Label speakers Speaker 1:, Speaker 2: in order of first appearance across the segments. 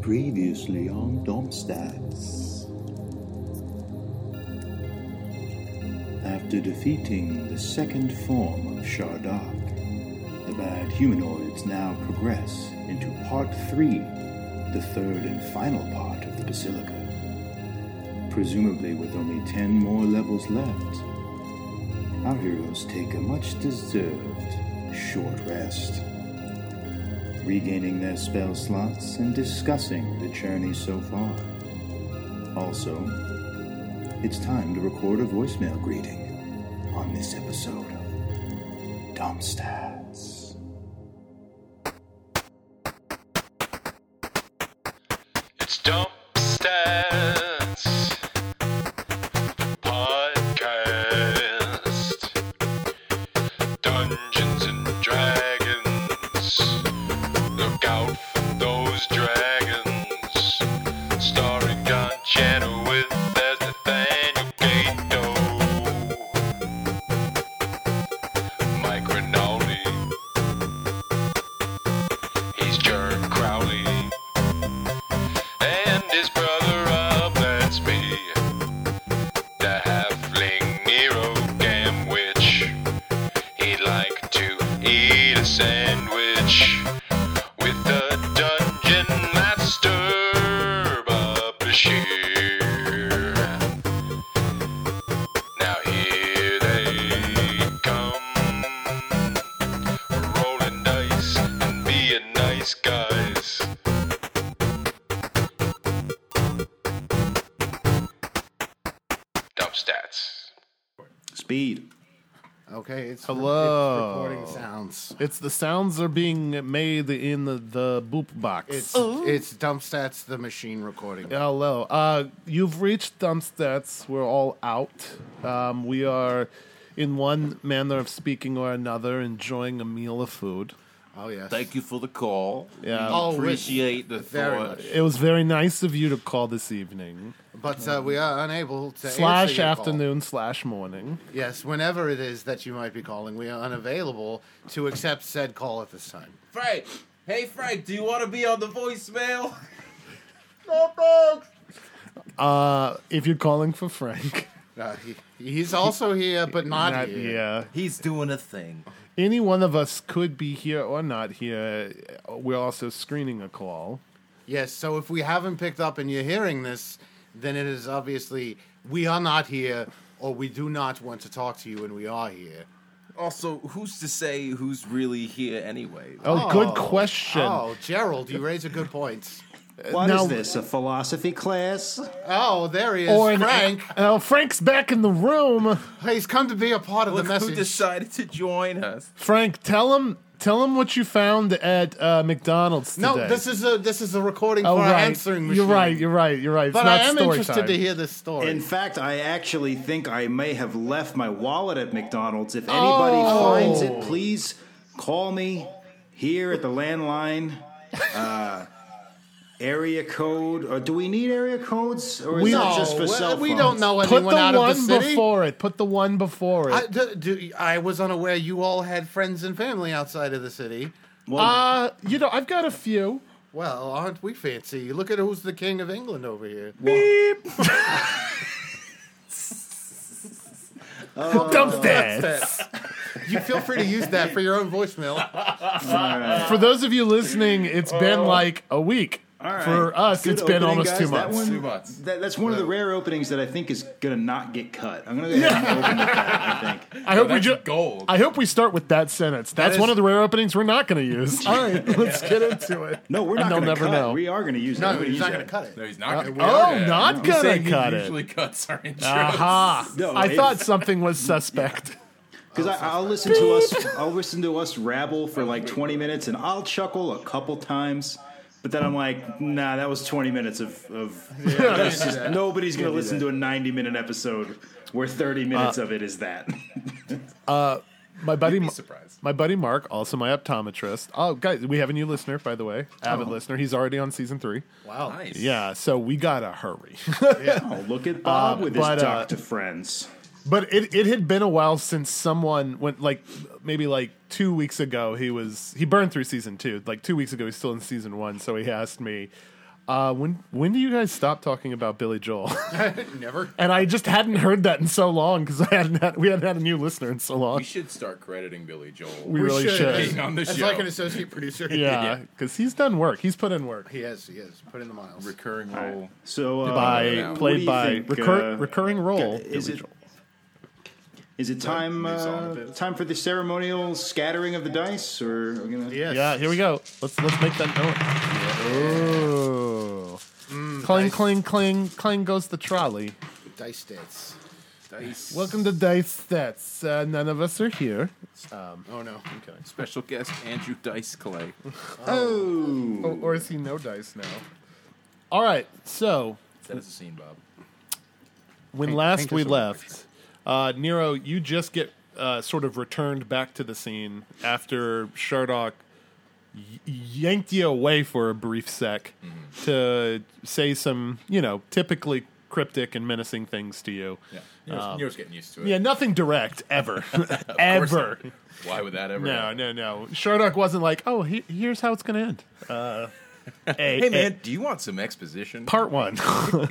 Speaker 1: Previously on Domstats. After defeating the second form of Shardak, the bad humanoids now progress into Part 3, the third and final part of the Basilica. Presumably with only 10 more levels left, our heroes take a much deserved short rest regaining their spell slots and discussing the journey so far. Also, it's time to record a voicemail greeting on this episode of Domstats.
Speaker 2: It's Dump Stats Podcast Dungeons and Dragons. Look out for those dragons. Starring John Channel with as Nathaniel Gato. Mike Rinaldi. He's Jerk Crowley and his brother Rob, that's me. The halfling Nero Gamwich. He'd like to eat a sandwich with the dungeon master, Bob Bashir. Now here they come. We're rolling dice and being nice guys. Dump stats.
Speaker 1: Speed.
Speaker 3: Okay, it's
Speaker 4: Hello.
Speaker 3: Re- it's recording sounds.
Speaker 4: It's the sounds are being made in the, the boop box.
Speaker 3: It's it's dump stats the machine recording.
Speaker 4: Hello. Uh, you've reached Dumpstats. We're all out. Um, we are, in one manner of speaking or another, enjoying a meal of food.
Speaker 3: Oh yes.
Speaker 5: Thank you for the call.
Speaker 4: Yeah.
Speaker 5: We
Speaker 3: Oh, we-
Speaker 5: appreciate the
Speaker 3: very
Speaker 5: thought.
Speaker 3: much.
Speaker 4: It was very nice of you to call this evening,
Speaker 3: But uh, we are unable to
Speaker 4: slash
Speaker 3: answer your call.
Speaker 4: afternoon, slash morning.
Speaker 3: Yes, whenever it is that you might be calling, we are unavailable to accept said call at this time.
Speaker 6: Frank, hey Frank, do you want to be on the voicemail?
Speaker 4: Uh, if you're calling for Frank,
Speaker 3: Uh, he, he's also here, but not,
Speaker 4: not
Speaker 3: here.
Speaker 4: yeah.
Speaker 5: He's doing a thing.
Speaker 4: Any one of us could be here or not here. We're also screening a call.
Speaker 3: Yes. So if we haven't picked up and you're hearing this, then it is obviously we are not here, or we do not want to talk to you, and we are here.
Speaker 5: Also, who's to say who's really here anyway?
Speaker 4: Oh, good question.
Speaker 3: Oh, Gerald, you raise a good point.
Speaker 7: What is
Speaker 4: Now-
Speaker 7: this? A philosophy class?
Speaker 3: Oh, there he is,
Speaker 4: Or an-
Speaker 3: Frank.
Speaker 4: Oh, Frank's back in the room.
Speaker 3: Please come to be a part of
Speaker 5: Look
Speaker 3: the
Speaker 5: who
Speaker 3: message.
Speaker 5: decided to join us.
Speaker 4: Frank, tell him tell him what you found at uh, McDonald's
Speaker 3: no,
Speaker 4: today.
Speaker 3: this is a this is a recording
Speaker 4: oh,
Speaker 3: for our
Speaker 4: right.
Speaker 3: answering machine.
Speaker 4: You're right. You're right. You're right. It's
Speaker 3: But
Speaker 4: not
Speaker 3: I am
Speaker 4: story
Speaker 3: interested
Speaker 4: time.
Speaker 3: to hear this story.
Speaker 7: In fact, I actually think I may have left my wallet at McDonald's. If anybody
Speaker 4: Oh.
Speaker 7: finds it, please call me here at the landline. Uh, area code, or do we need area codes, or is
Speaker 4: We-
Speaker 7: it
Speaker 3: no,
Speaker 7: just for
Speaker 3: we-
Speaker 7: cell phones?
Speaker 3: we don't know
Speaker 4: Put
Speaker 3: anyone
Speaker 4: the
Speaker 3: out
Speaker 4: one
Speaker 3: of the city.
Speaker 4: before it. Put the one before it.
Speaker 3: I, do, do, I was unaware you all had friends and family outside of the city.
Speaker 7: Well,
Speaker 4: uh, you know, I've got a few.
Speaker 3: Well, aren't we fancy? Look at who's the king of England over here. Oh,
Speaker 4: Dumpstats.
Speaker 3: You feel free to use that for your own voicemail.
Speaker 7: all right.
Speaker 4: For those of you listening, it's
Speaker 3: Oh.
Speaker 4: been like a week.
Speaker 7: right.
Speaker 4: For us,
Speaker 7: Good
Speaker 4: it's been
Speaker 7: opening,
Speaker 4: almost
Speaker 7: guys.
Speaker 4: two
Speaker 7: That
Speaker 4: months.
Speaker 7: one-
Speaker 5: Two months.
Speaker 7: That, that's one of the rare openings that I think is going to not get cut. I'm going to go ahead and open with that, I think.
Speaker 4: I hope we
Speaker 5: That's
Speaker 4: just.
Speaker 8: Oh,
Speaker 5: gold.
Speaker 4: I hope we start with that sentence. That's
Speaker 3: is-
Speaker 4: one of the rare openings we're not going to use. All right, let's get into it.
Speaker 7: No, we're
Speaker 4: And
Speaker 7: not
Speaker 4: they'll
Speaker 7: going to
Speaker 4: never
Speaker 7: cut.
Speaker 4: know.
Speaker 7: We are going to use it.
Speaker 3: No,
Speaker 7: I'm gonna
Speaker 3: he's
Speaker 7: use
Speaker 3: not
Speaker 7: that.
Speaker 3: going to cut it.
Speaker 5: no, he's not going to.
Speaker 4: Oh, not gonna cut it.
Speaker 5: Usually cuts our intros.
Speaker 4: Aha!
Speaker 7: No,
Speaker 4: I
Speaker 7: it's-
Speaker 4: thought something was suspect.
Speaker 7: Because I'll listen to us, I'll listen to us rabble for like 20 minutes, and I'll chuckle a couple times, but then I'm like, nah, that was 20 minutes of. of this is- nobody's gonna listen to a 90 minute episode where 30 minutes of it is that.
Speaker 4: My buddy, Ma-
Speaker 5: surprised.
Speaker 4: my buddy Mark, also my optometrist. Oh, guys, we have a new listener, by the way, avid listener. He's already on season three.
Speaker 3: Wow.
Speaker 5: Nice.
Speaker 4: Yeah, so we gotta hurry.
Speaker 7: oh, look at Bob with his
Speaker 4: but, uh,
Speaker 7: doctor friends.
Speaker 4: but it, it had been a while since someone went like maybe like two weeks ago. He was he burned through season two. Like two weeks ago, he's still in season one. So he asked me, uh, when when do you guys stop talking about Billy Joel?
Speaker 3: Never.
Speaker 4: and I just hadn't heard that in so long because I hadn't had, we hadn't had a new listener in so long.
Speaker 8: We should start crediting Billy Joel.
Speaker 4: We, really should.
Speaker 8: Being on the
Speaker 3: As
Speaker 8: show.
Speaker 3: like an associate producer.
Speaker 4: Yeah, because he's done work. He's put in work
Speaker 3: He has, he has. Put in the miles.
Speaker 8: recurring role.
Speaker 7: So uh,
Speaker 4: by
Speaker 8: What
Speaker 7: do
Speaker 4: played
Speaker 7: you
Speaker 4: by
Speaker 7: think,
Speaker 4: recur-
Speaker 7: uh,
Speaker 4: recurring role.
Speaker 7: is
Speaker 4: Billy
Speaker 7: it-
Speaker 4: Joel.
Speaker 7: is it time
Speaker 8: Moves on a
Speaker 7: uh,
Speaker 8: bit.
Speaker 7: time for the ceremonial scattering of the dice, or are we gonna?
Speaker 3: Yes.
Speaker 4: Yeah, here we go. Let's let's make that noise. Oh, clang clang clang clang goes the trolley.
Speaker 3: Dice states.
Speaker 8: Dice.
Speaker 4: Welcome to Dice Stats. Uh, none of us are here.
Speaker 3: Oh no.
Speaker 8: Special guest Andrew Dice Clay.
Speaker 7: Oh,
Speaker 4: Or, or is he no dice now? All right. So
Speaker 8: That is a scene, Bob.
Speaker 4: when last we left, uh, Nero, you just get uh, sort of returned back to the scene after Shardock y- yanked you away for a brief sec
Speaker 8: Mm-hmm.
Speaker 4: to say some, you know, typically cryptic and menacing things to you.
Speaker 8: Yeah. Nero's, Nero's getting used to it.
Speaker 4: Um, Yeah, nothing direct ever, ever.
Speaker 8: Why would that ever
Speaker 4: No,
Speaker 8: happen?
Speaker 4: no, no. Shardock wasn't like, oh, he- here's how it's going to end. Uh, a-
Speaker 8: Hey, man, do you want some exposition?
Speaker 4: part one.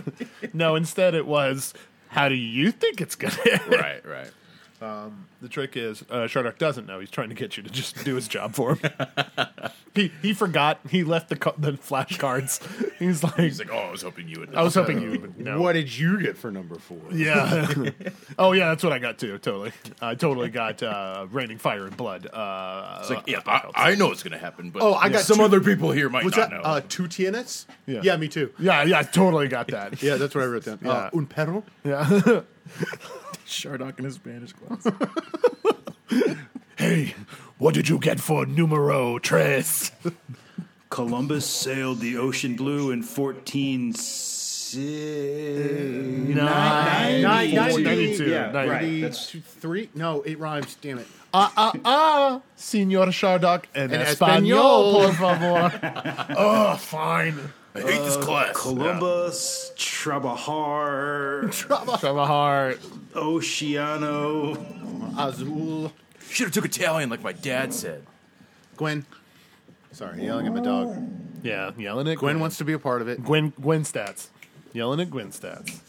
Speaker 4: no, instead it was, how do you think it's going to end?
Speaker 8: right, right.
Speaker 4: The trick is, uh, Shardock doesn't know. He's trying to get you to just do his job for him. he he forgot. He left the co- the flashcards. He's like,
Speaker 8: He's like, "Uh, oh, I was hoping you would.
Speaker 4: I was hoping you would know.
Speaker 3: What did you get for number four?
Speaker 4: Yeah. oh yeah, that's what I got too. Totally. I totally got uh, raining fire and blood. Uh,
Speaker 8: It's like, yeah, I, I know it's gonna happen, but
Speaker 3: Oh, I got
Speaker 8: some
Speaker 3: two-
Speaker 8: other people here might
Speaker 3: What's
Speaker 8: not
Speaker 3: that?
Speaker 8: know.
Speaker 3: Uh, two TNS?
Speaker 4: Yeah.
Speaker 3: Yeah, me too.
Speaker 4: yeah, yeah, I totally got that.
Speaker 3: Yeah, that's what I wrote down. Uh, un perro?
Speaker 4: yeah.
Speaker 8: Shardock in his Spanish class.
Speaker 4: hey, what did you get for numero tres?
Speaker 7: Columbus sailed the ocean blue in fourteen. Si-
Speaker 4: Nine.
Speaker 7: Nine-
Speaker 4: Ninety-two.
Speaker 7: ninety-two. Yeah,
Speaker 4: Ninety-
Speaker 7: right. That's
Speaker 3: Two, three? No, it rhymes. Damn it.
Speaker 4: Ah, Senor Shardock en,
Speaker 3: En español.
Speaker 4: español, por favor. Uh, oh, fine. I hate this class.
Speaker 7: Columbus, Trabahar,
Speaker 4: Heart.
Speaker 7: Oceano.
Speaker 3: Azul.
Speaker 8: Should have took Italian like my dad said.
Speaker 3: Gwen. Sorry, yelling at my dog.
Speaker 4: Yeah, yelling at
Speaker 3: Gwen wants to be a part of it.
Speaker 4: Gwen Gwen stats. Yelling at Gwen stats.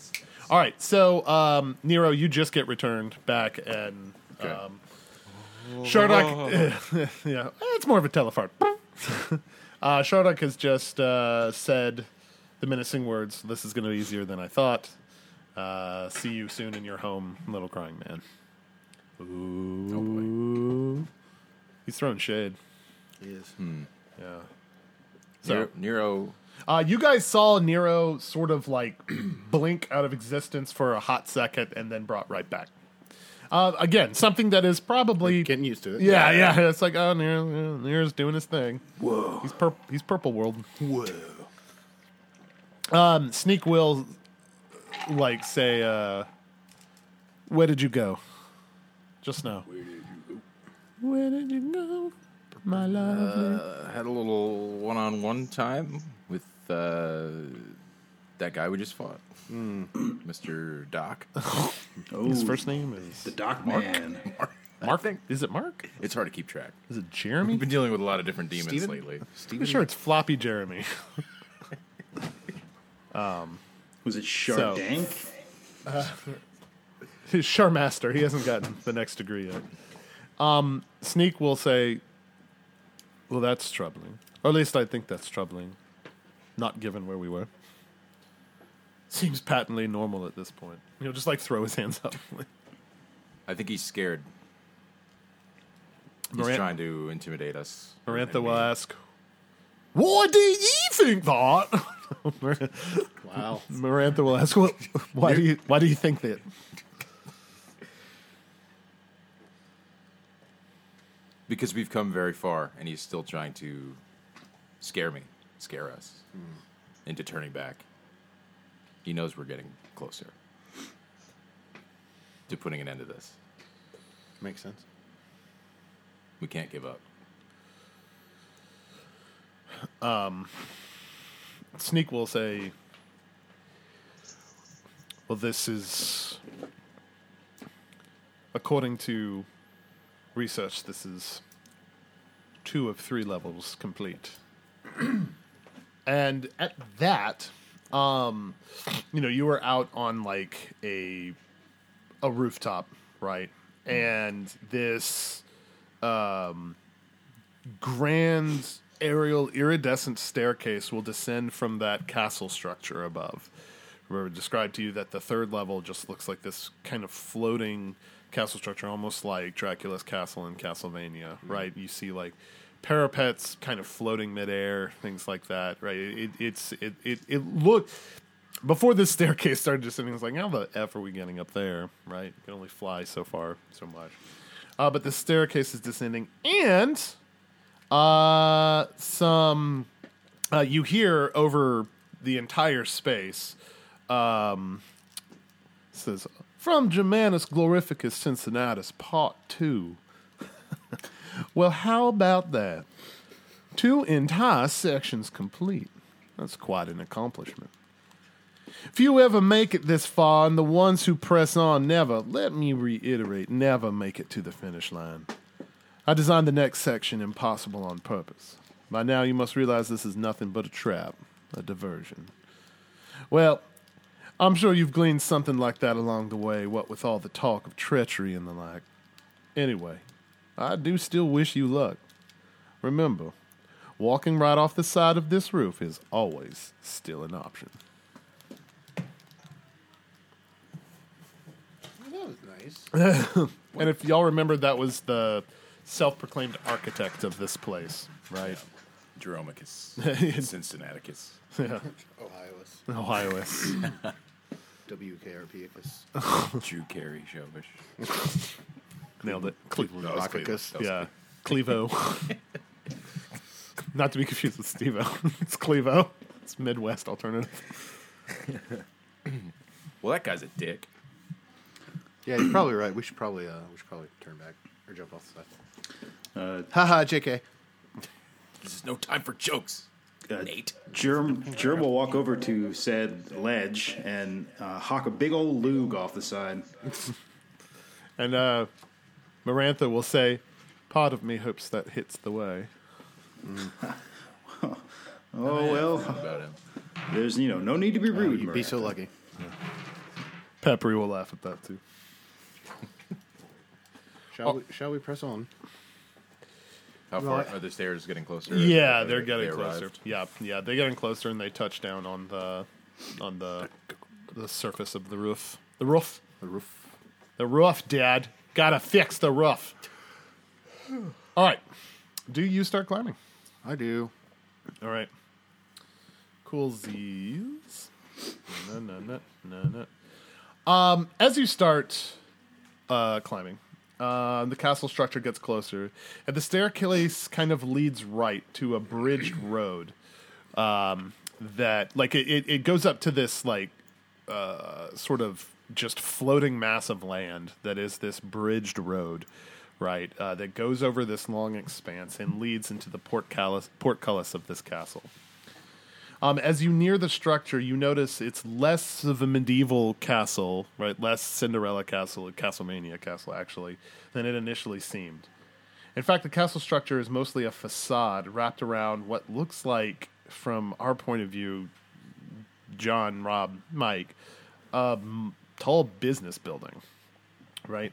Speaker 4: All right, so um, Nero, you just get returned back, and um, Shardock. yeah, it's more of a telephone. uh, Shardock has just uh, said the menacing words. This is going to be easier than I thought. Uh, see you soon in your home, little crying man.
Speaker 8: Oh boy,
Speaker 4: He's throwing shade. Hmm.
Speaker 8: Hmm. Nero, Nero
Speaker 4: Uh, you guys saw Nero sort of like blink out of existence for a hot second and then brought right back. Uh, again, something that is probably
Speaker 3: Getting used to it.
Speaker 4: yeah, yeah. It's like oh, Nero, Nero- Nero's doing his thing. Whoa, he's purp he's purple world. Whoa. Um, Sneak will like say, uh, "Where did you go? Just now. Where did you go, my love?"
Speaker 8: uh, had a little one-on-one time with uh, that guy we just fought, Mr. Doc.
Speaker 7: Oh,
Speaker 4: His first name is
Speaker 7: the Doc Man.
Speaker 4: Mark. Is it Mark?
Speaker 8: It's hard to keep track.
Speaker 4: Is it Jeremy?
Speaker 8: We've been dealing with a lot of different demons
Speaker 3: Steven?
Speaker 8: lately.
Speaker 4: Pretty sure it's Floppy Jeremy.
Speaker 7: Was it
Speaker 4: So-
Speaker 7: Shardank?
Speaker 4: He's Charmaster. He hasn't gotten the next degree yet. Um, Sneak will say, Well, that's troubling. Or at least I think that's troubling, not given where we were. Seems patently normal at this point. He'll just like throw his hands up.
Speaker 8: I think he's scared. He's
Speaker 4: Moran-
Speaker 8: trying to intimidate us.
Speaker 4: Marantha will ask, What do you think that?
Speaker 3: Wow.
Speaker 4: Marantha will ask, "What? Why do you? Why do you think that?"
Speaker 8: Because we've come very far, and he's still trying to scare me, scare us into turning back. He knows we're getting closer to putting an end to this.
Speaker 3: Makes sense.
Speaker 8: We can't give up.
Speaker 4: Sneak will say, Well, this is. According to research, this is two of three levels complete. And at that, um, you know, you were out on like a a rooftop, right? And this um, grand aerial iridescent staircase will descend from that castle structure above. Remember, I described to you that the third level just looks like this kind of floating castle structure, almost like Dracula's castle in Castlevania, right? You see like parapets kind of floating midair, things like that, right? It, it, it's it it it looked before this staircase started descending, I was like, how the F are we getting up there? Right? You can only fly so far, so much. Uh, but the staircase is descending, and uh, some uh, you hear over the entire space um, says from Germanus Glorificus Cincinnatus, Part Two. well, how about that? Two entire sections complete. That's quite an accomplishment. Few ever make it this far, and the ones who press on never, let me reiterate, never make it to the finish line. I designed the next section impossible on purpose. By now, you must realize this is nothing but a trap, a diversion. Well, I'm sure you've gleaned something like that along the way, what with all the talk of treachery and the like. Anyway, I do still wish you luck. Remember, walking right off the side of this roof is always still an option.
Speaker 3: That was nice.
Speaker 4: And if y'all remember, that was the self proclaimed architect of this place, right?
Speaker 8: Jeromicus. Cincinnaticus.
Speaker 3: Ohio's
Speaker 4: Ohioist.
Speaker 3: WKRP. It's
Speaker 8: Drew Carey Shovish.
Speaker 4: Nailed it. Cleveland.
Speaker 8: That was Cleveland. That was
Speaker 4: Yeah. Clevo. Not to be confused with Stevo. it's Clevo. It's Midwest alternative.
Speaker 8: Well, that guy's a dick.
Speaker 3: Yeah, you're probably right. We should probably uh, we should probably turn back or jump off the side. Haha, JK.
Speaker 8: There's no time for jokes. Nate.
Speaker 7: Germ, Germ will walk over to said ledge and uh, hawk a big old lug off the side.
Speaker 4: And uh, Marantha will say, Part of me hopes that hits the way.
Speaker 7: Oh well,
Speaker 8: About him.
Speaker 7: there's you know no need to be rude.
Speaker 3: You'd be
Speaker 7: Maria.
Speaker 3: so lucky.
Speaker 4: Peppery will laugh at that too.
Speaker 3: Shall we? Shall we press on?
Speaker 8: How far are the stairs getting closer?
Speaker 4: Yeah,
Speaker 8: Have
Speaker 4: they're
Speaker 8: they
Speaker 4: getting
Speaker 8: arrived?
Speaker 4: closer. Yeah, yeah, they're getting closer, and they touch down on the on the the surface of the roof. The roof. The roof. The roof, Dad. Gotta fix the roof. All right. Do you start climbing?
Speaker 3: I do.
Speaker 4: All right. Coolsies. Na, na, na, na, na. Um, as you start uh, climbing, uh, the castle structure gets closer, and the staircase kind of leads right to a bridged road. Um, that like it, it, it goes up to this like sort of just floating mass of land that is this bridged road, right? Uh, that goes over this long expanse and leads into the portcullis, portcullis of this castle. Um, as you near the structure, you notice it's less of a medieval castle, right? Less Cinderella castle, Castlemania castle, actually, than it initially seemed. In fact, the castle structure is mostly a facade wrapped around what looks like, from our point of view, John, Rob, Mike, tall business building, right?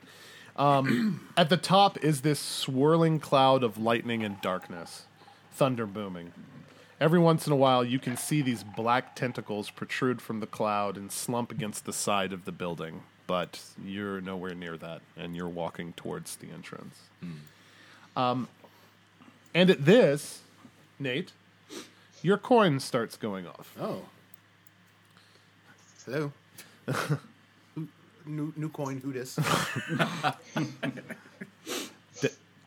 Speaker 4: Um, at the top is this swirling cloud of lightning and darkness, thunder booming. Every once in a while, you can see these black tentacles protrude from the cloud and slump against the side of the building, but you're nowhere near that, and you're walking towards the entrance. Um, and at this, Nate, your coin starts going off.
Speaker 3: Oh. Hello. Who- new new coin. Who dis?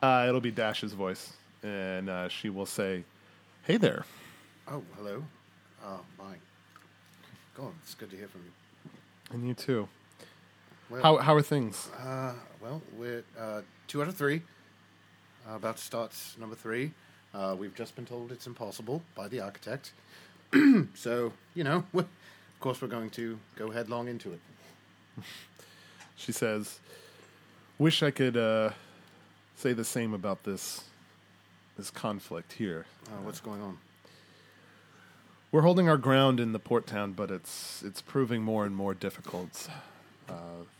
Speaker 4: Uh, it'll be Dash's voice, and uh, she will say, "Hey there."
Speaker 3: Oh, hello. Oh, my. Go on. It's good to hear from you.
Speaker 4: And you too.
Speaker 3: Well,
Speaker 4: How how are things?
Speaker 3: Well, we're uh, two out of three. Uh, about to start number three. Uh, we've just been told it's impossible by the architect. so, you know, we- of course we're going to go headlong into it.
Speaker 4: She says, "Wish I could uh, say the same about this this conflict here.
Speaker 3: Uh, what's going on?
Speaker 4: We're holding our ground in the port town, but it's it's proving more and more difficult. Uh,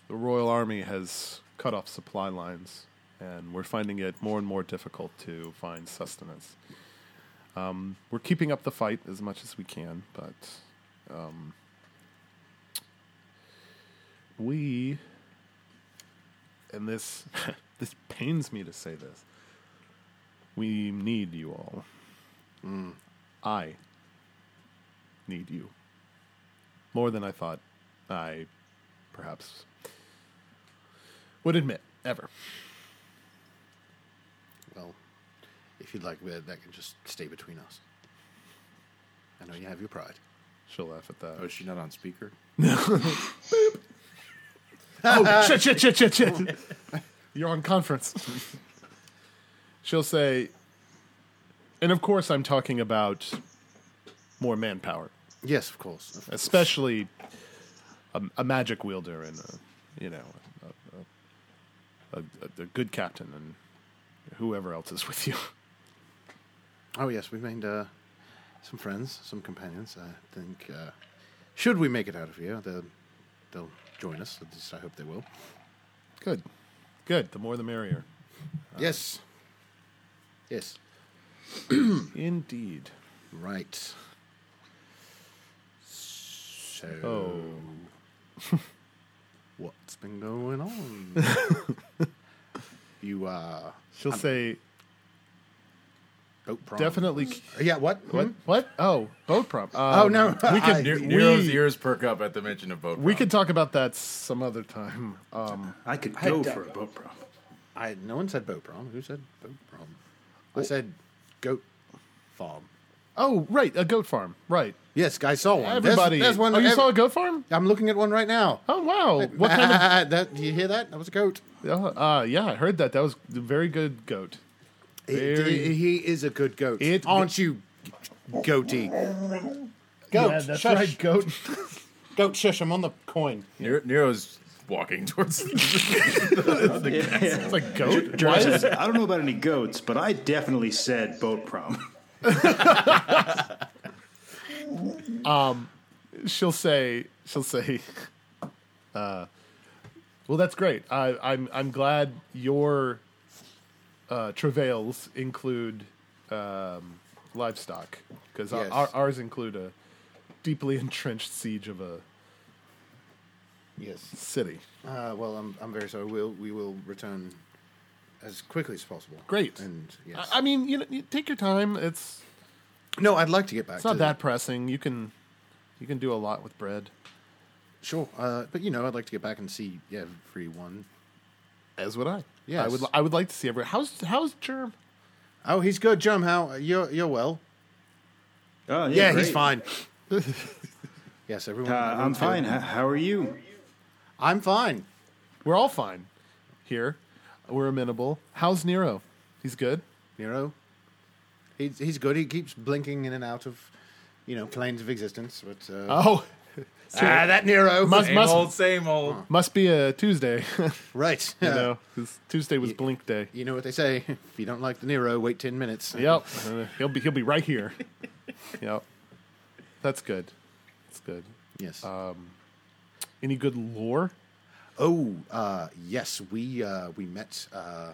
Speaker 4: the Royal Army has cut off supply lines, and we're finding it more and more difficult to find sustenance. Um, we're keeping up the fight as much as we can, but um, we and this this pains me to say this. We need you all. I need you more than I thought I perhaps would admit ever.
Speaker 3: Well, if you'd like, that that can just stay between us. I know you have your pride.
Speaker 4: She'll laugh at that.
Speaker 8: Oh, is she not on speaker?
Speaker 4: Oh, shit, shit, shit, shit, shit. You're on conference. She'll say, and of course, I'm talking about more manpower,
Speaker 3: Yes, of course.
Speaker 4: especially a, a magic wielder and a, you know, a, a, a, a good captain and whoever else is with you.
Speaker 3: Oh yes, we've made uh, some friends, some companions. I think uh, should we make it out of here, they'll they'll join us. At least I hope they will.
Speaker 4: Good, good. The more, the merrier.
Speaker 3: yes. Uh, Yes.
Speaker 4: Indeed.
Speaker 3: Right. So. what's been going on? you uh,
Speaker 4: She'll say,
Speaker 3: boat prom.
Speaker 4: definitely.
Speaker 3: Yeah. What?
Speaker 4: What?
Speaker 3: Hmm?
Speaker 4: What? Oh, boat prop.
Speaker 3: Oh no.
Speaker 4: We
Speaker 3: I-
Speaker 4: can,
Speaker 8: Nero's
Speaker 4: we,
Speaker 8: ears perk up at the mention of boat.
Speaker 4: we
Speaker 8: Rock.
Speaker 4: could talk about that some other time. Um,
Speaker 7: I could go for a boat prom.
Speaker 3: I no one said boat prom. Who said boat prom? I said goat farm.
Speaker 4: oh, right, a goat farm. Right.
Speaker 3: Yes, I saw one. There's-
Speaker 4: Everybody.
Speaker 3: there's one.
Speaker 4: oh, you
Speaker 3: ev-
Speaker 4: saw a goat farm?
Speaker 3: I'm looking at one right now.
Speaker 4: Oh, wow. What kind
Speaker 3: that, do you hear that? That was a goat.
Speaker 4: of. Uh, yeah, I heard that. That was a very good goat.
Speaker 3: It-
Speaker 4: Very-
Speaker 3: it- he is a good goat.
Speaker 4: It-
Speaker 3: Aren't you, goaty? Goat, shush,
Speaker 4: goat.
Speaker 3: goat, shush! I'm on the coin.
Speaker 8: Nero, Nero's walking towards.
Speaker 4: It's like goat.
Speaker 7: Why
Speaker 4: Why
Speaker 7: is-
Speaker 4: is
Speaker 7: I don't know about any goats, but I definitely said boat prom.
Speaker 4: she'll say she'll say uh, well that's great I, i'm i'm glad your uh, travails include um, livestock because
Speaker 3: Yes.
Speaker 4: our, ours include a deeply entrenched siege of a
Speaker 3: Yes.
Speaker 4: city
Speaker 3: Uh, well, I'm, I'm very sorry. We'll we will return as quickly as possible.
Speaker 4: Great.
Speaker 3: And yes.
Speaker 4: I, I mean you know you take your time it's
Speaker 3: no, I'd like to get back.
Speaker 4: it's not
Speaker 3: to
Speaker 4: that pressing you can you can do a lot with bread
Speaker 3: Sure. Uh, but you know, I'd like to get back and see everyone.
Speaker 4: as would i yeah i
Speaker 3: Yes.
Speaker 4: would li- i would like to see everyone how's how's germ
Speaker 3: Oh, he's good, Jum. How you're you're well?
Speaker 7: Oh,
Speaker 3: Yeah,
Speaker 7: yeah,
Speaker 3: he's fine.
Speaker 7: great.
Speaker 3: yes, everyone.
Speaker 7: Uh, I'm
Speaker 3: everyone's
Speaker 7: fine.
Speaker 3: good.
Speaker 7: H- How are you?
Speaker 3: I'm fine.
Speaker 4: We're all fine here. We're amenable. How's Nero? He's good.
Speaker 3: Nero. He's he's good. He keeps blinking in and out of, you know, planes of existence. But uh,
Speaker 4: Oh,
Speaker 3: ah, that Nero
Speaker 4: must
Speaker 8: Same
Speaker 4: must,
Speaker 8: old, same old.
Speaker 4: must be a Tuesday. you
Speaker 3: right. Uh,
Speaker 4: know, 'cause Tuesday was Blink Day.
Speaker 3: You know what they say: if you don't like the Nero, wait ten minutes.
Speaker 4: Yep, Uh, he'll be he'll be right here. Yep, that's good. That's good.
Speaker 3: Yes.
Speaker 4: Uh, Any good lore?
Speaker 3: oh, uh, yes. We uh, we met uh,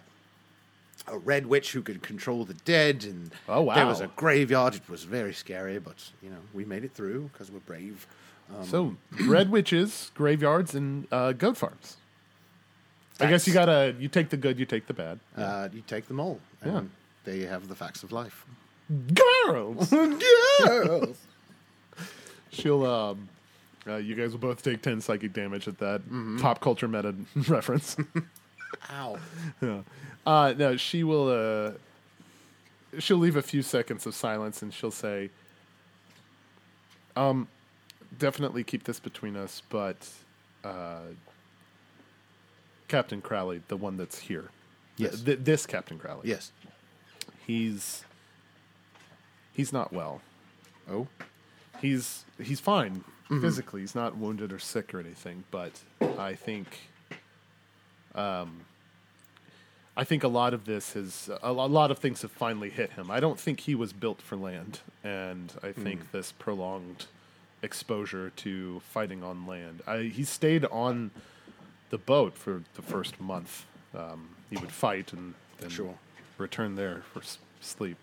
Speaker 3: a red witch who could control the dead, and
Speaker 4: Oh,
Speaker 3: there was
Speaker 4: wow.
Speaker 3: a graveyard. It was very scary, but you know, we made it through because we're brave. Uh, Um,
Speaker 4: so, red witches, graveyards, and uh, goat farms. I guess you
Speaker 3: Facts.
Speaker 4: gotta you take the good, you take the bad.
Speaker 3: Uh, you take them all. And
Speaker 4: Yeah.
Speaker 3: They have the facts of life.
Speaker 4: Girls,
Speaker 3: Yes.
Speaker 4: she'll um, uh, you guys will both take ten psychic damage at that
Speaker 3: Mm-hmm.
Speaker 4: pop culture meta reference.
Speaker 3: Ow.
Speaker 4: Uh, no, she will. Uh, she'll leave a few seconds of silence, and she'll say, "Um, definitely keep this between us, but uh, Captain Crowley, the one that's here, Th-
Speaker 3: Yes.
Speaker 4: th- this Captain Crowley,
Speaker 3: Yes.
Speaker 4: he's he's not well.
Speaker 3: Oh. Mm-hmm.
Speaker 4: He's he's fine physically. He's not wounded or sick or anything. But I think, um, I think a lot of this has a lo- a lot of things have finally hit him. I don't think he was built for land, and I think this prolonged exposure to fighting on land. I, he stayed on the boat for the first month. Um, he would fight and then return there for s- sleep.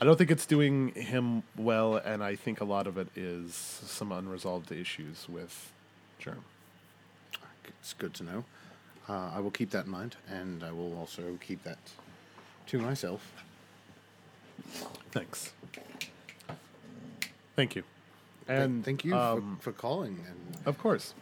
Speaker 4: I don't think it's doing him well, and I think a lot of it is some unresolved issues with Germ.
Speaker 3: It's good to know. Uh, I will keep that in mind, and I will also keep that to myself.
Speaker 4: Thanks. Thank you.
Speaker 3: And
Speaker 4: And
Speaker 3: thank you
Speaker 4: um,
Speaker 3: for, for calling. And
Speaker 4: of course.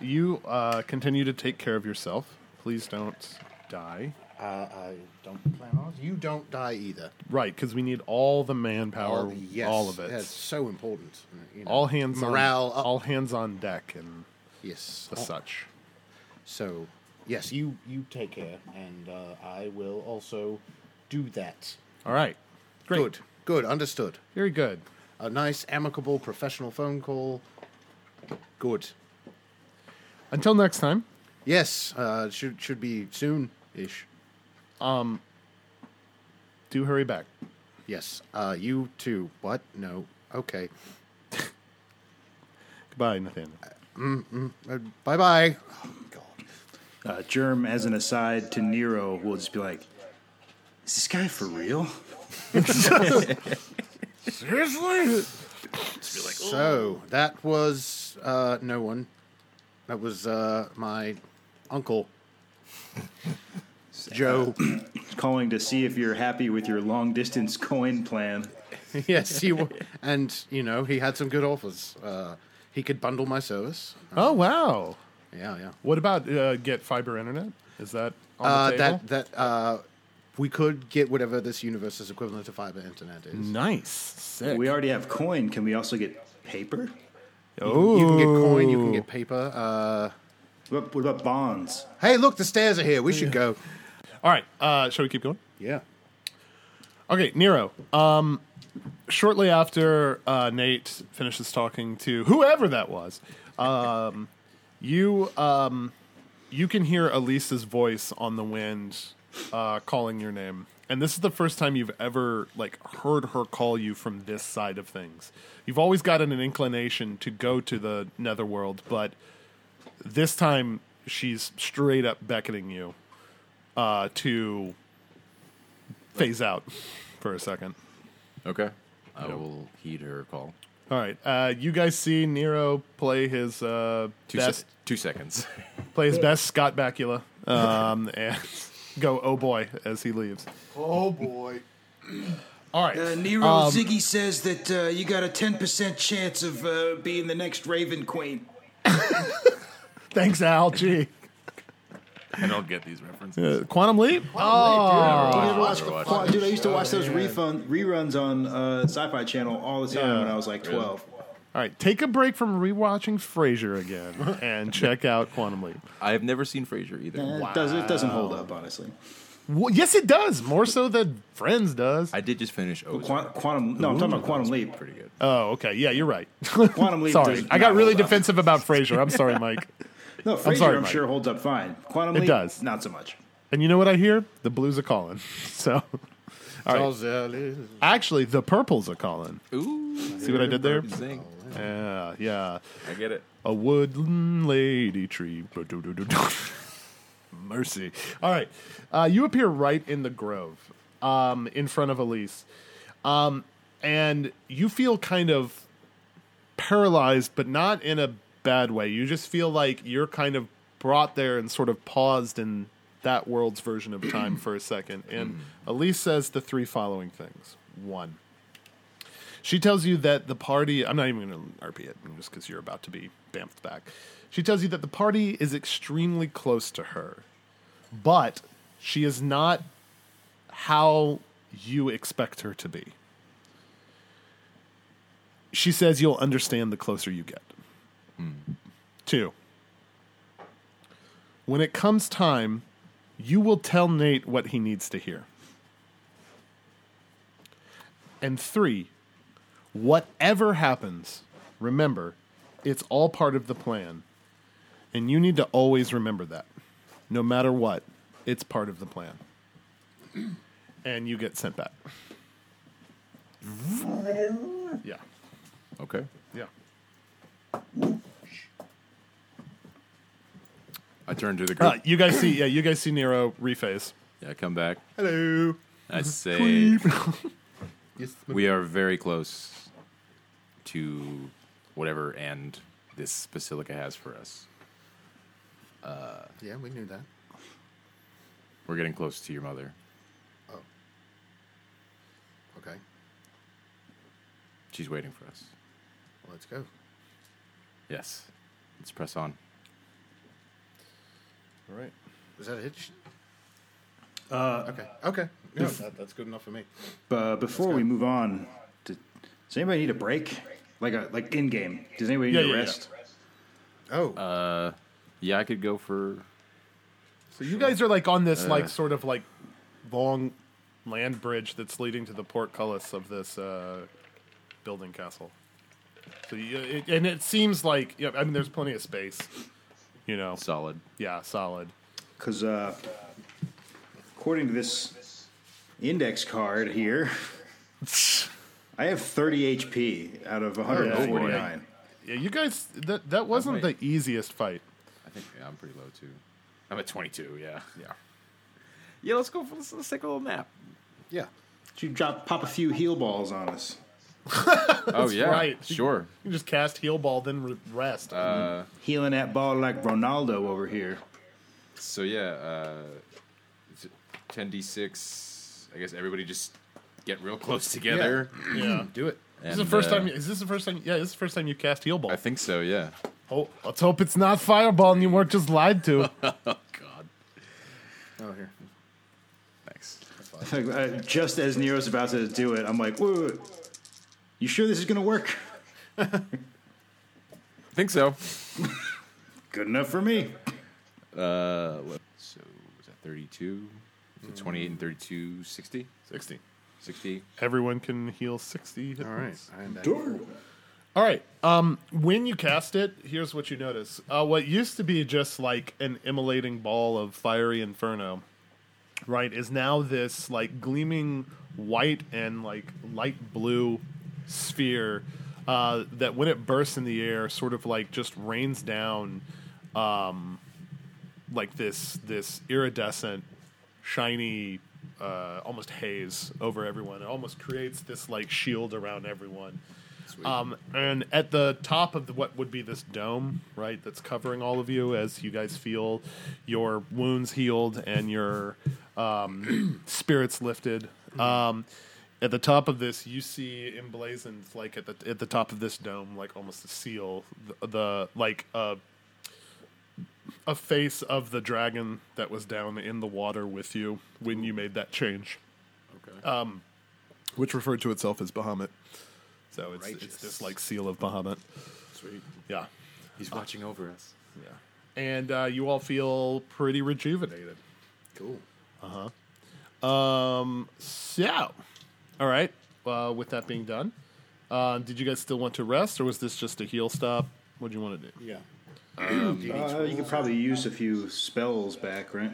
Speaker 4: You uh, continue to take care of yourself. Please don't die.
Speaker 3: uh, I don't plan on you. Don't die either.
Speaker 4: Right, because we need all the manpower, all,
Speaker 3: yes,
Speaker 4: of it.
Speaker 3: That's so important. You know,
Speaker 4: All hands
Speaker 3: morale.
Speaker 4: on,
Speaker 3: up. Oh.
Speaker 4: all hands on deck and
Speaker 3: yes.
Speaker 4: the
Speaker 3: all-
Speaker 4: such.
Speaker 3: So, yes, you you take care, and uh, I will also do that.
Speaker 4: All right. Great.
Speaker 3: Good, good, understood.
Speaker 4: Very good.
Speaker 3: A nice, amicable, professional phone call. Good.
Speaker 4: Until next time.
Speaker 3: Yes, uh, should should be soon ish.
Speaker 4: do hurry back.
Speaker 3: Yes. Uh, you too. What? No. Okay.
Speaker 4: Goodbye, Nathaniel.
Speaker 3: Uh, Bye bye. Oh, God.
Speaker 7: Uh, Germ, as an aside to Nero, will just be like, "Is this guy for real?"
Speaker 3: So that was uh, no one. That was uh, my uncle, Joe.
Speaker 7: Calling to see if you're happy with your long distance coin plan.
Speaker 3: yes, he wa- and you know he had some good offers. Uh, he could bundle my service.
Speaker 4: Oh wow!
Speaker 3: Yeah, yeah.
Speaker 4: What about uh, get fiber internet? Is that on
Speaker 3: Uh,
Speaker 4: the table?
Speaker 3: that that uh, we could get whatever this universe's equivalent to fiber internet is.
Speaker 4: nice, sick.
Speaker 7: We already have coin. Can we also get paper?
Speaker 4: oh,
Speaker 3: You can get coin. You can get paper. Uh,
Speaker 7: What about, what about bonds?
Speaker 3: hey, look, the stairs are here. We should go.
Speaker 4: all right. Uh, shall we keep going?
Speaker 3: Yeah.
Speaker 4: Okay, Nero. Um, shortly after uh, Nate finishes talking to whoever that was, um, you um, you can hear Elise's voice on the wind uh, calling your name, and this is the first time you've ever like heard her call you from this side of things. You've always gotten an inclination to go to the Netherworld, but this time she's straight up beckoning you uh, to phase out for a second.
Speaker 8: Okay. I will heed her call.
Speaker 4: All right, uh, you guys see Nero play his uh,
Speaker 8: Two,
Speaker 4: best,
Speaker 8: se- two seconds.
Speaker 4: play his best Scott Bakula, um, and go oh boy as he leaves.
Speaker 3: Oh boy.
Speaker 4: All right,
Speaker 5: Uh, Nero
Speaker 4: Um,
Speaker 5: Ziggy says that uh, you got a 10% chance of uh, being the next Raven Queen.
Speaker 4: thanks Al. Gee,
Speaker 8: I don't get these references.
Speaker 4: Uh, Quantum Leap. oh,
Speaker 7: Dude, I
Speaker 8: Overwatch.
Speaker 7: watched- fuck, dude, I used to watch those refund reruns on uh, Sci-Fi Channel all the time
Speaker 4: Yeah.
Speaker 7: when I was like twelve.
Speaker 4: all right. Take a break from rewatching Frasier again and check out Quantum Leap.
Speaker 8: I have never seen Frasier either.
Speaker 7: Eh, It, does, it doesn't hold up, honestly.
Speaker 4: Well, yes, it does more so than Friends does.
Speaker 8: I did just finish Ozark.
Speaker 7: Quantum, quantum no, I'm talking about Quantum Leap.
Speaker 8: Pretty good.
Speaker 4: oh, okay. Yeah, you're right.
Speaker 7: Quantum Leap.
Speaker 4: sorry,
Speaker 7: does
Speaker 4: I got
Speaker 7: not
Speaker 4: really
Speaker 7: hold up.
Speaker 4: defensive about Frasier. I'm sorry, Mike.
Speaker 7: No, Frasier, I'm,
Speaker 4: sorry, Mike.
Speaker 7: sure holds up fine. Quantum
Speaker 4: It
Speaker 7: Leap
Speaker 4: does.
Speaker 7: not so much.
Speaker 4: And you know what I hear? The blues are calling. So
Speaker 3: Charles Ellis.
Speaker 4: actually, the purples are calling.
Speaker 8: Ooh.
Speaker 4: See what I did there?
Speaker 8: Zing.
Speaker 4: Yeah, yeah.
Speaker 8: I get it.
Speaker 4: A woodland lady tree. Mercy. All right. Uh, you appear right in the grove um, in front of Elise. Um, and you feel kind of paralyzed, but not in a bad way. You just feel like you're kind of brought there and sort of paused in that world's version of time for a second. And Elise says the three following things. One, she tells you that the party, I'm not even going to RP it just because you're about to be bamfed back. She tells you that the party is extremely close to her, but she is not how you expect her to be. She says you'll understand the closer you get. Two, when it comes time, you will tell Nate what he needs to hear. And three, whatever happens, remember, it's all part of the plan. And you need to always remember that. no matter what, it's part of the plan. And you get sent back. Yeah.
Speaker 8: Okay.
Speaker 4: Yeah.
Speaker 8: I turn to the group.
Speaker 4: Uh, you guys see, yeah, you guys see Nero rephase.
Speaker 8: yeah, I come back.
Speaker 4: Hello.
Speaker 8: I say
Speaker 3: Yes,
Speaker 8: we are very close to whatever end this basilica has for us.
Speaker 3: yeah, we knew that.
Speaker 8: We're getting close to your mother.
Speaker 3: Okay,
Speaker 8: She's waiting for us.
Speaker 3: let's go.
Speaker 8: Yes. Let's press on.
Speaker 4: All right.
Speaker 3: Is that it? Uh, okay, okay. No, that, that's good enough for me.
Speaker 7: But uh, before we move on, d- does anybody need a break? Like a like in game? Does anybody need
Speaker 4: Yeah,
Speaker 7: a
Speaker 4: yeah, yeah.
Speaker 7: rest?
Speaker 3: Oh,
Speaker 8: Yeah, I could go for
Speaker 4: So you guys are like on this like sort of like long land bridge that's leading to the portcullis of this uh, building castle. So you, it, and it seems like yeah, I mean there's plenty of space, you know.
Speaker 8: solid.
Speaker 4: Yeah, solid.
Speaker 7: Because uh, according to this index card here, I have 30 HP out of 149.
Speaker 4: Yeah, you guys that
Speaker 8: Oh,
Speaker 4: that wasn't the
Speaker 8: Alright.
Speaker 4: easiest fight.
Speaker 8: I think yeah, I'm pretty low too. I'm at 22. Yeah. Yeah. Yeah. Let's go. For, let's, let's take a little nap.
Speaker 3: yeah.
Speaker 7: you drop pop a few heal balls on us?
Speaker 8: oh yeah.
Speaker 4: right.
Speaker 8: Sure.
Speaker 4: You just cast heal ball then re- rest.
Speaker 8: Uh,
Speaker 7: Healing that ball like Ronaldo over here.
Speaker 8: So yeah, uh, it's 10d6. I guess everybody just get real close together.
Speaker 4: yeah.
Speaker 3: Do it.
Speaker 4: This is
Speaker 8: And,
Speaker 4: the first
Speaker 8: uh,
Speaker 4: time. Is this the first time? Yeah, this is the first time you cast heal ball.
Speaker 8: I think so. Yeah.
Speaker 4: oh, let's hope it's not fireball and you weren't just lied to.
Speaker 8: God.
Speaker 3: Oh, here.
Speaker 8: Thanks.
Speaker 7: Like, uh, just as Nero's about to do it, I'm like, wait, wait, wait. you sure this is gonna work?
Speaker 8: I think so.
Speaker 7: Good enough for me.
Speaker 8: Uh, what- so was that 32? So 28 and 32, 60,
Speaker 4: Sixty.
Speaker 8: 60.
Speaker 4: Everyone can heal sixty. hit
Speaker 3: All right,
Speaker 4: points.
Speaker 3: I am back.
Speaker 4: All right. Um, when you cast it, here's what you notice. Uh, what used to be just like an immolating ball of fiery inferno, right, is now this like gleaming white and like light blue sphere uh, that when it bursts in the air, sort of like just rains down um, like this this iridescent, shiny, uh, almost haze over everyone. It almost creates this like shield around everyone. Um, and at the top of the, what would be this dome, right, that's covering all of you as you guys feel your wounds healed and your um, spirits lifted. Um, at the top of this, you see emblazoned, like at the at the top of this dome, like almost a seal, the, the like uh, a face of the dragon that was down in the water with you when you made that change. Okay. Um, which referred to itself as Bahamut. So it's it's this like seal of Bahamut.
Speaker 8: Sweet.
Speaker 4: Yeah.
Speaker 8: He's watching over us.
Speaker 4: Yeah. And uh, you all feel pretty rejuvenated.
Speaker 3: Cool.
Speaker 4: Um so all right. Uh, with that being done, uh, did you guys still want to rest or was this just a heal stop? What do you want to do?
Speaker 3: Yeah.
Speaker 7: Uh, you could probably use a few spells back, right?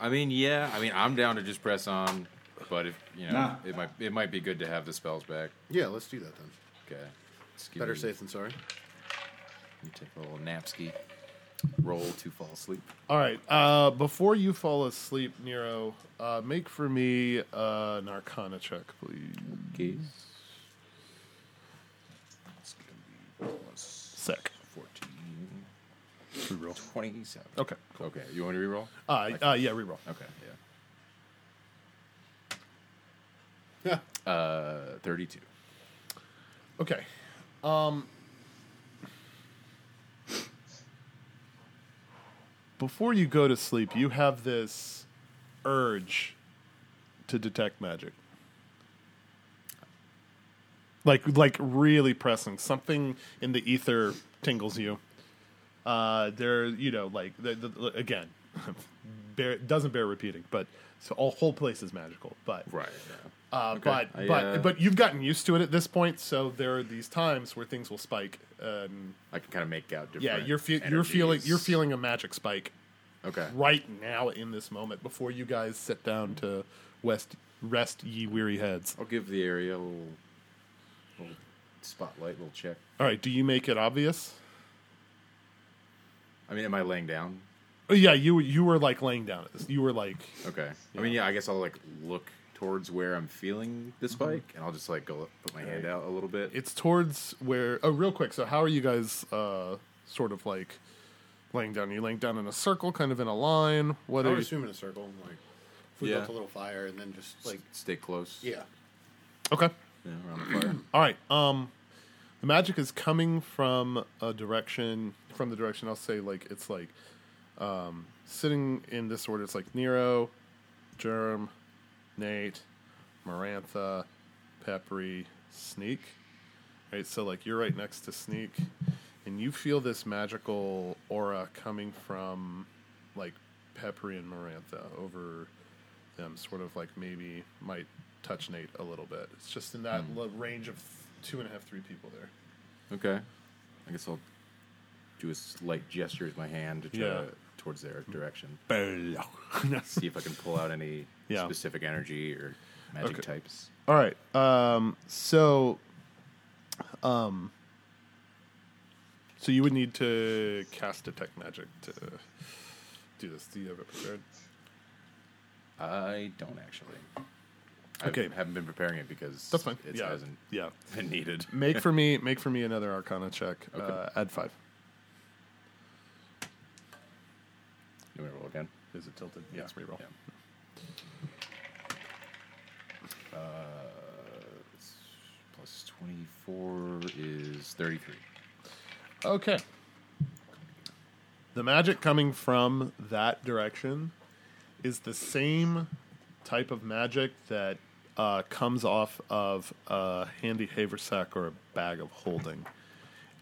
Speaker 8: I mean, yeah. I mean, I'm down to just press on, but if you know,
Speaker 7: Nah.
Speaker 8: it might it might be good to have the spells back.
Speaker 3: Yeah, let's do that then.
Speaker 8: Okay. Let's give
Speaker 3: Better
Speaker 8: you-
Speaker 3: safe than sorry.
Speaker 8: You take a little napski. Roll to fall asleep.
Speaker 4: All right. Uh, before you fall asleep, Nero, uh, make for me uh, an Arcana check, please.
Speaker 8: Okay.
Speaker 4: Sick.
Speaker 8: 14. Reroll. 27.
Speaker 4: Okay.
Speaker 8: Okay. You want me to reroll?
Speaker 4: Uh, uh, yeah, reroll.
Speaker 8: Okay. Yeah. uh, 32.
Speaker 4: Okay. Um. Before you go to sleep, you have this urge to detect magic. Like, like really pressing. Something in the ether tingles you. Uh, there, you know, like the, the, the- again, bear, doesn't bear repeating, but so all whole place is magical. But
Speaker 8: Right.
Speaker 4: uh, But
Speaker 8: I,
Speaker 4: but
Speaker 8: uh,
Speaker 4: but you've gotten used to it at this point, so there are these times where things will spike. Um,
Speaker 8: I can kind of make out different.
Speaker 4: yeah, you're fe- you're feeling
Speaker 8: energies.
Speaker 4: you're feeling a magic spike
Speaker 8: Okay.
Speaker 4: right now in this moment before you guys sit down to west rest ye weary heads.
Speaker 8: I'll give the area a little, little spotlight, little check.
Speaker 4: All right, do you make it obvious?
Speaker 8: I mean, am I laying down?
Speaker 4: Oh, yeah, you you were like laying down. at this. You were like
Speaker 8: Okay. I mean, yeah, I guess I'll like look towards where I'm feeling the spike, and I'll just like go put my hand out a little bit.
Speaker 4: Mm-hmm. it's towards where. Oh, real quick. So how are you guys uh sort of like laying down? Are you laying down in a circle, kind of in a line? What
Speaker 3: I
Speaker 4: are
Speaker 3: would
Speaker 4: you?
Speaker 3: assume in a circle, like if we
Speaker 8: Yeah.
Speaker 3: built a little fire and then just like
Speaker 8: stay close.
Speaker 3: yeah,
Speaker 4: Okay.
Speaker 8: yeah around the fire.
Speaker 4: All right. Um, the magic is coming from a direction. From the direction, I'll say like it's like um, sitting in this order. It's like Nero, Germ, Nate, Marantha, Peppery, Sneak. Right. So like you're right next to Sneak, and you feel this magical aura coming from like Peppery and Marantha over them sort of like maybe might touch Nate a little bit. It's just in that lo- range of two and a half, three people there.
Speaker 8: Okay. I guess I'll do a slight gesture with my hand to try
Speaker 4: Yeah. Mm-hmm.
Speaker 8: to, towards their direction. See if I can pull out any
Speaker 4: Yeah.
Speaker 8: specific energy or magic types.
Speaker 4: All right. Um, so, um, so you would need to cast detect magic to do this. Do you have it prepared?
Speaker 8: I don't actually. I
Speaker 4: Okay.
Speaker 8: haven't been preparing it because
Speaker 4: That's fine.
Speaker 8: it
Speaker 4: yeah.
Speaker 8: hasn't
Speaker 4: Yeah.
Speaker 8: been needed.
Speaker 4: Make for me. Make for me another Arcana check. Uh, add five.
Speaker 8: You want me to roll again?
Speaker 4: Is it tilted? Yeah. Let's reroll.
Speaker 8: Yeah. Uh, Plus 24 is 33.
Speaker 4: Okay. The magic coming from that direction is the same type of magic that uh, comes off of a handy haversack or a bag of holding.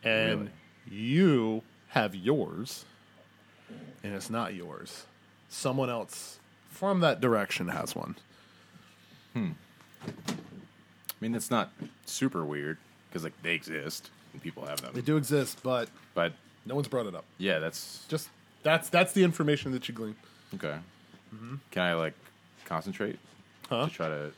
Speaker 4: And you have yours, and it's not yours. Someone else from that direction has one.
Speaker 8: I mean, that's not super weird because like they exist and people have them.
Speaker 4: They do exist, but
Speaker 8: But
Speaker 4: no one's brought it up.
Speaker 8: yeah, that's
Speaker 4: Just that's that's the information that you glean.
Speaker 8: Okay.
Speaker 4: Mm-hmm.
Speaker 8: Can I like concentrate to try to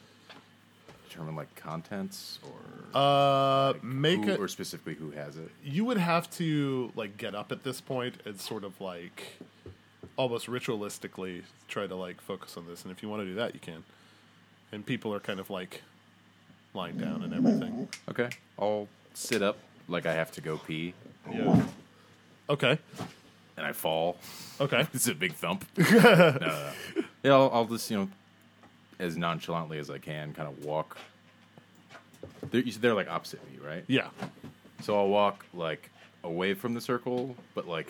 Speaker 8: determine like contents or
Speaker 4: Uh, make
Speaker 8: who,
Speaker 4: it
Speaker 8: or specifically who has it?
Speaker 4: you would have to like get up at this point and sort of like almost ritualistically try to like focus on this and if you want to do that you can and people are kind of like lying down and everything
Speaker 8: Okay, I'll sit up like I have to go pee,
Speaker 4: yeah okay
Speaker 8: and I fall.
Speaker 4: okay
Speaker 8: It's a big thump. no, no, no. Yeah, I'll, I'll just you know as nonchalantly as I can, kind of walk. They're, you said they're like opposite me, right?
Speaker 4: yeah
Speaker 8: So I'll walk like away from the circle, but like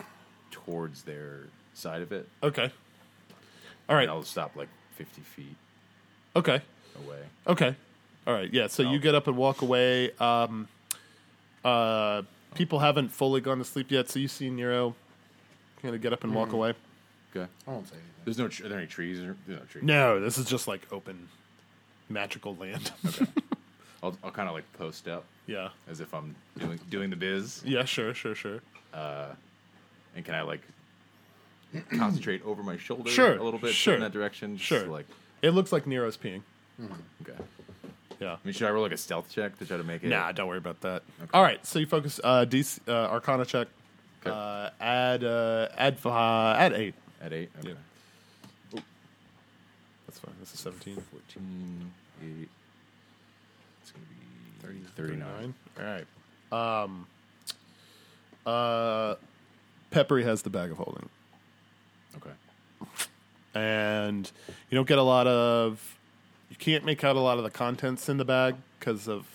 Speaker 8: towards their side of it,
Speaker 4: okay all right
Speaker 8: and I'll stop like fifty feet
Speaker 4: okay
Speaker 8: away.
Speaker 4: Okay. All right. Yeah. So you get up and walk away. Um, uh, people haven't fully gone to sleep yet, so you see Nero kind of get up and walk away.
Speaker 8: Okay.
Speaker 3: I won't say anything.
Speaker 8: There's no. Tr- are there any trees? Or, there's no trees.
Speaker 4: No, this is just like open magical land.
Speaker 8: I'll, I'll kind of like post up
Speaker 4: yeah.
Speaker 8: as if I'm doing doing the biz.
Speaker 4: Yeah. Sure. Sure. Sure.
Speaker 8: And can I like concentrate over my shoulder
Speaker 4: Sure,
Speaker 8: a little bit
Speaker 4: sure,
Speaker 8: in that direction? Just,
Speaker 4: Sure.
Speaker 8: Like
Speaker 4: It looks like Nero's peeing.
Speaker 8: okay. I
Speaker 4: Yeah.
Speaker 8: mean, should I roll like a stealth check to try to make it?
Speaker 4: Nah, don't worry about that. All right, so you focus uh, DC, uh, Arcana check,
Speaker 8: Okay.
Speaker 4: uh, add uh, add uh, add eight.
Speaker 8: At eight. Okay.
Speaker 4: Yeah. That's fine. This is seventeen.
Speaker 8: Fourteen. Eight. It's gonna be 30, 39.
Speaker 4: 39. All right. Um, uh, Peppery has the bag of holding.
Speaker 8: Okay.
Speaker 4: And you don't get a lot of, you can't make out a lot of the contents in the bag because of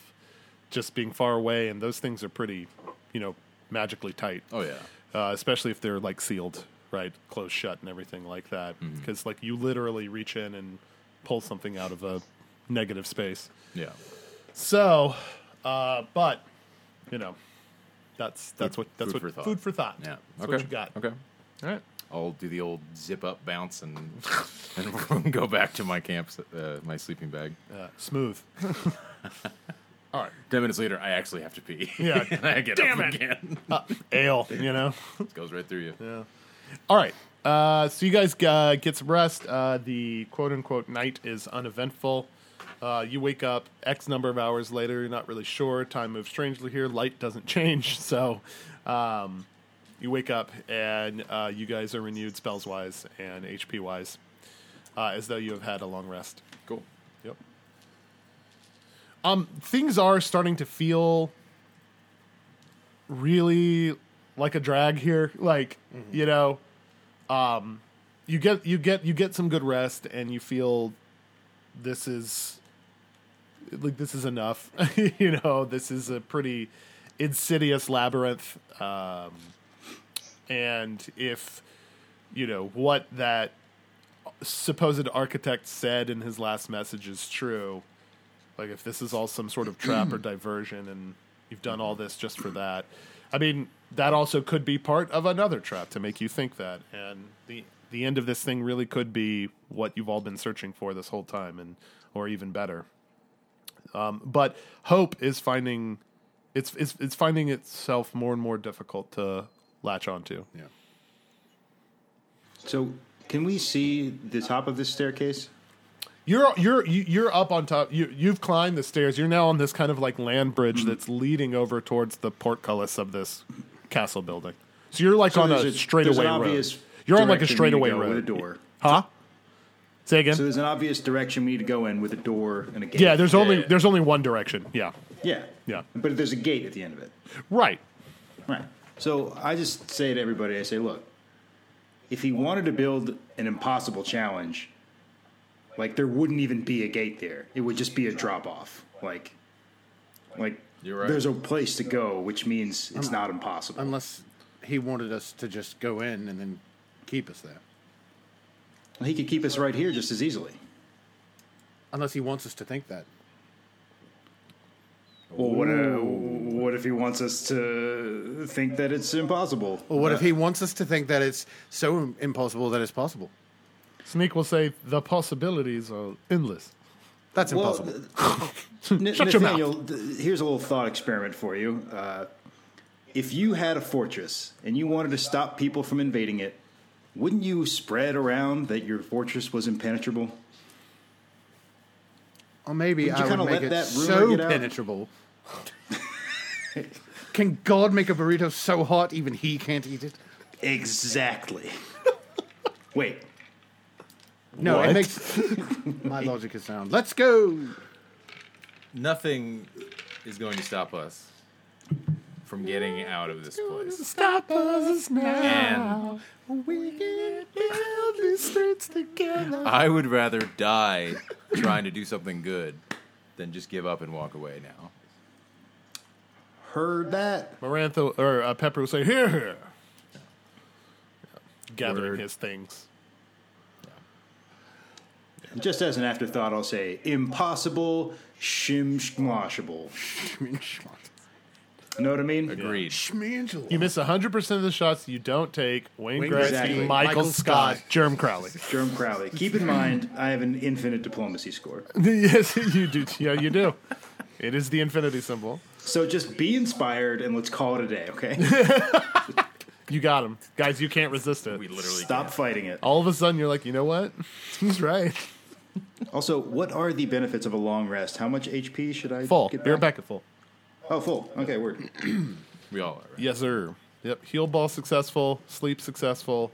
Speaker 4: just being far away. And those things are pretty, you know, magically tight.
Speaker 8: Oh yeah.
Speaker 4: Uh, especially if they're like sealed, right? Closed shut and everything like that.
Speaker 8: Mm-hmm.
Speaker 4: Because, like, you literally reach in and pull something out of a negative space.
Speaker 8: Yeah.
Speaker 4: So, uh, but you know, that's that's what that's
Speaker 8: food
Speaker 4: what
Speaker 8: for thought.
Speaker 4: food for thought.
Speaker 8: Yeah.
Speaker 4: that's
Speaker 8: okay.
Speaker 4: what you got.
Speaker 8: Okay.
Speaker 4: All right.
Speaker 8: I'll do the old zip up bounce and and go back to my camps, uh, my sleeping bag.
Speaker 4: Uh, smooth. All right.
Speaker 8: Ten minutes later, I actually have to pee.
Speaker 4: Yeah.
Speaker 8: and I get
Speaker 4: Damn
Speaker 8: up
Speaker 4: it.
Speaker 8: again.
Speaker 4: Uh, Ale, you know.
Speaker 8: Goes right through you.
Speaker 4: All right. Uh, so you guys uh, get some rest. Uh, the quote unquote night is uneventful. Uh, you wake up X number of hours later. You're not really sure. Time moves strangely here. Light doesn't change. So um, you wake up and uh, you guys are renewed spells wise and HP wise uh, as though you have had a long rest.
Speaker 8: Cool.
Speaker 4: Yep. Um, things are starting to feel really like a drag here. Like you know, um, you get you get you get some good rest, and you feel this is like this is enough. you know, this is a pretty insidious labyrinth. Um, and if you know what that supposed architect said in his last message is true, like if this is all some sort of trap or diversion and you've done all this just for that, I mean, that also could be part of another trap to make you think that. And the the end of this thing really could be what you've all been searching for this whole time and or even better. Um, but hope is finding it's, it's it's finding itself more and more difficult to latch onto.
Speaker 3: Yeah.
Speaker 7: So, can we see the top of this staircase?
Speaker 4: You're you're you- you're up on top. You you've climbed the stairs. You're now on this kind of like land bridge
Speaker 7: Mm-hmm.
Speaker 4: that's leading over towards the portcullis of this castle building. So you're like
Speaker 7: So
Speaker 4: on
Speaker 7: there's
Speaker 4: a,
Speaker 7: a-
Speaker 4: straightaway
Speaker 7: there's an
Speaker 4: road.
Speaker 7: obvious
Speaker 4: You're on like a
Speaker 7: direction
Speaker 4: straightaway
Speaker 7: to go
Speaker 4: road.
Speaker 7: with a door.
Speaker 4: Huh? Say again.
Speaker 7: So there's an obvious direction we need to go in with a door and a gate.
Speaker 4: yeah, there's only
Speaker 8: yeah.
Speaker 4: there's only one direction. Yeah.
Speaker 7: yeah,
Speaker 4: Yeah.
Speaker 7: But there's a gate at the end of it.
Speaker 4: Right.
Speaker 7: Right. So I just say to everybody, I say, look, if he wanted to build an impossible challenge, like there wouldn't even be a gate there. It would just be a drop off. Like, like
Speaker 8: You're right.
Speaker 7: there's a place to go, which means it's not impossible.
Speaker 3: Unless he wanted us to just go in and then keep us there.
Speaker 7: he could keep us right here just as easily.
Speaker 3: Unless he wants us to think that.
Speaker 7: Well, what, uh, what if he wants us to think that it's impossible?
Speaker 3: Or what if he wants us to think that it's so im- impossible that it's possible?
Speaker 4: Sneak will say the possibilities are endless.
Speaker 3: That's
Speaker 7: Well,
Speaker 3: impossible.
Speaker 7: N-
Speaker 4: Shut your
Speaker 7: Nathaniel, th- here's a little thought experiment for you. Uh, if you had a fortress and you wanted to stop people from invading it, wouldn't you spread around that your fortress was impenetrable?
Speaker 3: or maybe
Speaker 7: you
Speaker 3: I would
Speaker 7: kinda
Speaker 3: make
Speaker 7: let
Speaker 3: it
Speaker 7: that rumor
Speaker 3: so
Speaker 7: get out?
Speaker 3: penetrable. Can God make a burrito so hot even he can't eat it?
Speaker 7: Exactly. Wait,
Speaker 3: No, it makes my logic is sound. Let's go.
Speaker 8: Nothing is going to stop us from getting out of this place.
Speaker 4: Stop us
Speaker 8: And
Speaker 4: We can build these streets together.
Speaker 8: I would rather die trying to do something good than just give up and walk away now.
Speaker 7: heard that?
Speaker 4: Marantha or uh, Pepper will say, "Here, here." Gathering his things.
Speaker 7: Just as an afterthought, I'll say impossible shimshmoshable. You know what I mean?
Speaker 8: Agreed.
Speaker 4: You miss 100% of the shots you don't take. Wayne,
Speaker 3: Wayne
Speaker 4: Gretzky,
Speaker 7: Gretzky,
Speaker 4: Michael,
Speaker 3: Michael
Speaker 4: Scott,
Speaker 3: Scott.
Speaker 4: Germ Crowley.
Speaker 7: Jerome Crowley. Keep in mind, I have an infinite diplomacy score.
Speaker 4: yes, you do. Yeah, you do. It is the infinity symbol.
Speaker 7: So just be inspired and let's call it a day, okay?
Speaker 4: You got him. Guys, you can't resist it.
Speaker 8: We literally
Speaker 7: Stop fighting it.
Speaker 4: All of a sudden, you're like, you know what? He's right.
Speaker 7: Also, what are the benefits of a long rest? How much HP should I
Speaker 4: Full.
Speaker 7: Get
Speaker 4: You're back at full.
Speaker 7: Oh, full. Okay, word.
Speaker 8: We all are. Right?
Speaker 4: Yes, sir. Yep. Heal ball successful. Sleep successful.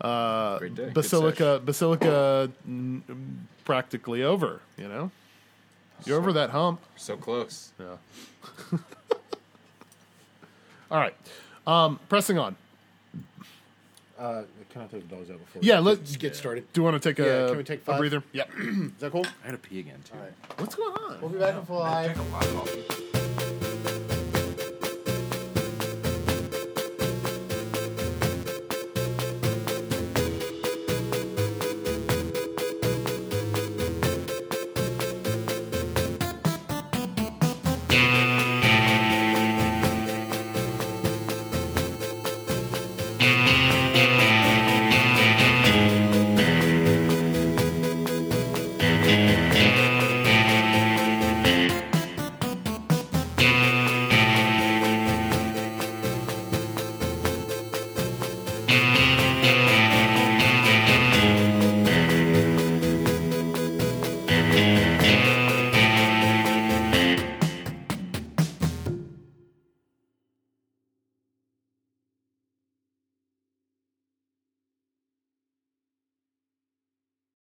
Speaker 8: Great day. Good
Speaker 4: Uh, Basilica, Basilica, n- practically over. You know, you're over that hump.
Speaker 8: sesh. So close.
Speaker 4: All right. Um, pressing on.
Speaker 3: Uh, can I take the dogs out before?
Speaker 4: Yeah, let's
Speaker 3: get started.
Speaker 4: Do you want to take a,
Speaker 3: Yeah, can we take
Speaker 4: a
Speaker 3: five?
Speaker 4: breather? Yeah.
Speaker 3: Is that cool?
Speaker 8: I gotta pee again too.
Speaker 4: What's going on?
Speaker 3: We'll be back in five.
Speaker 8: A lot of coffee.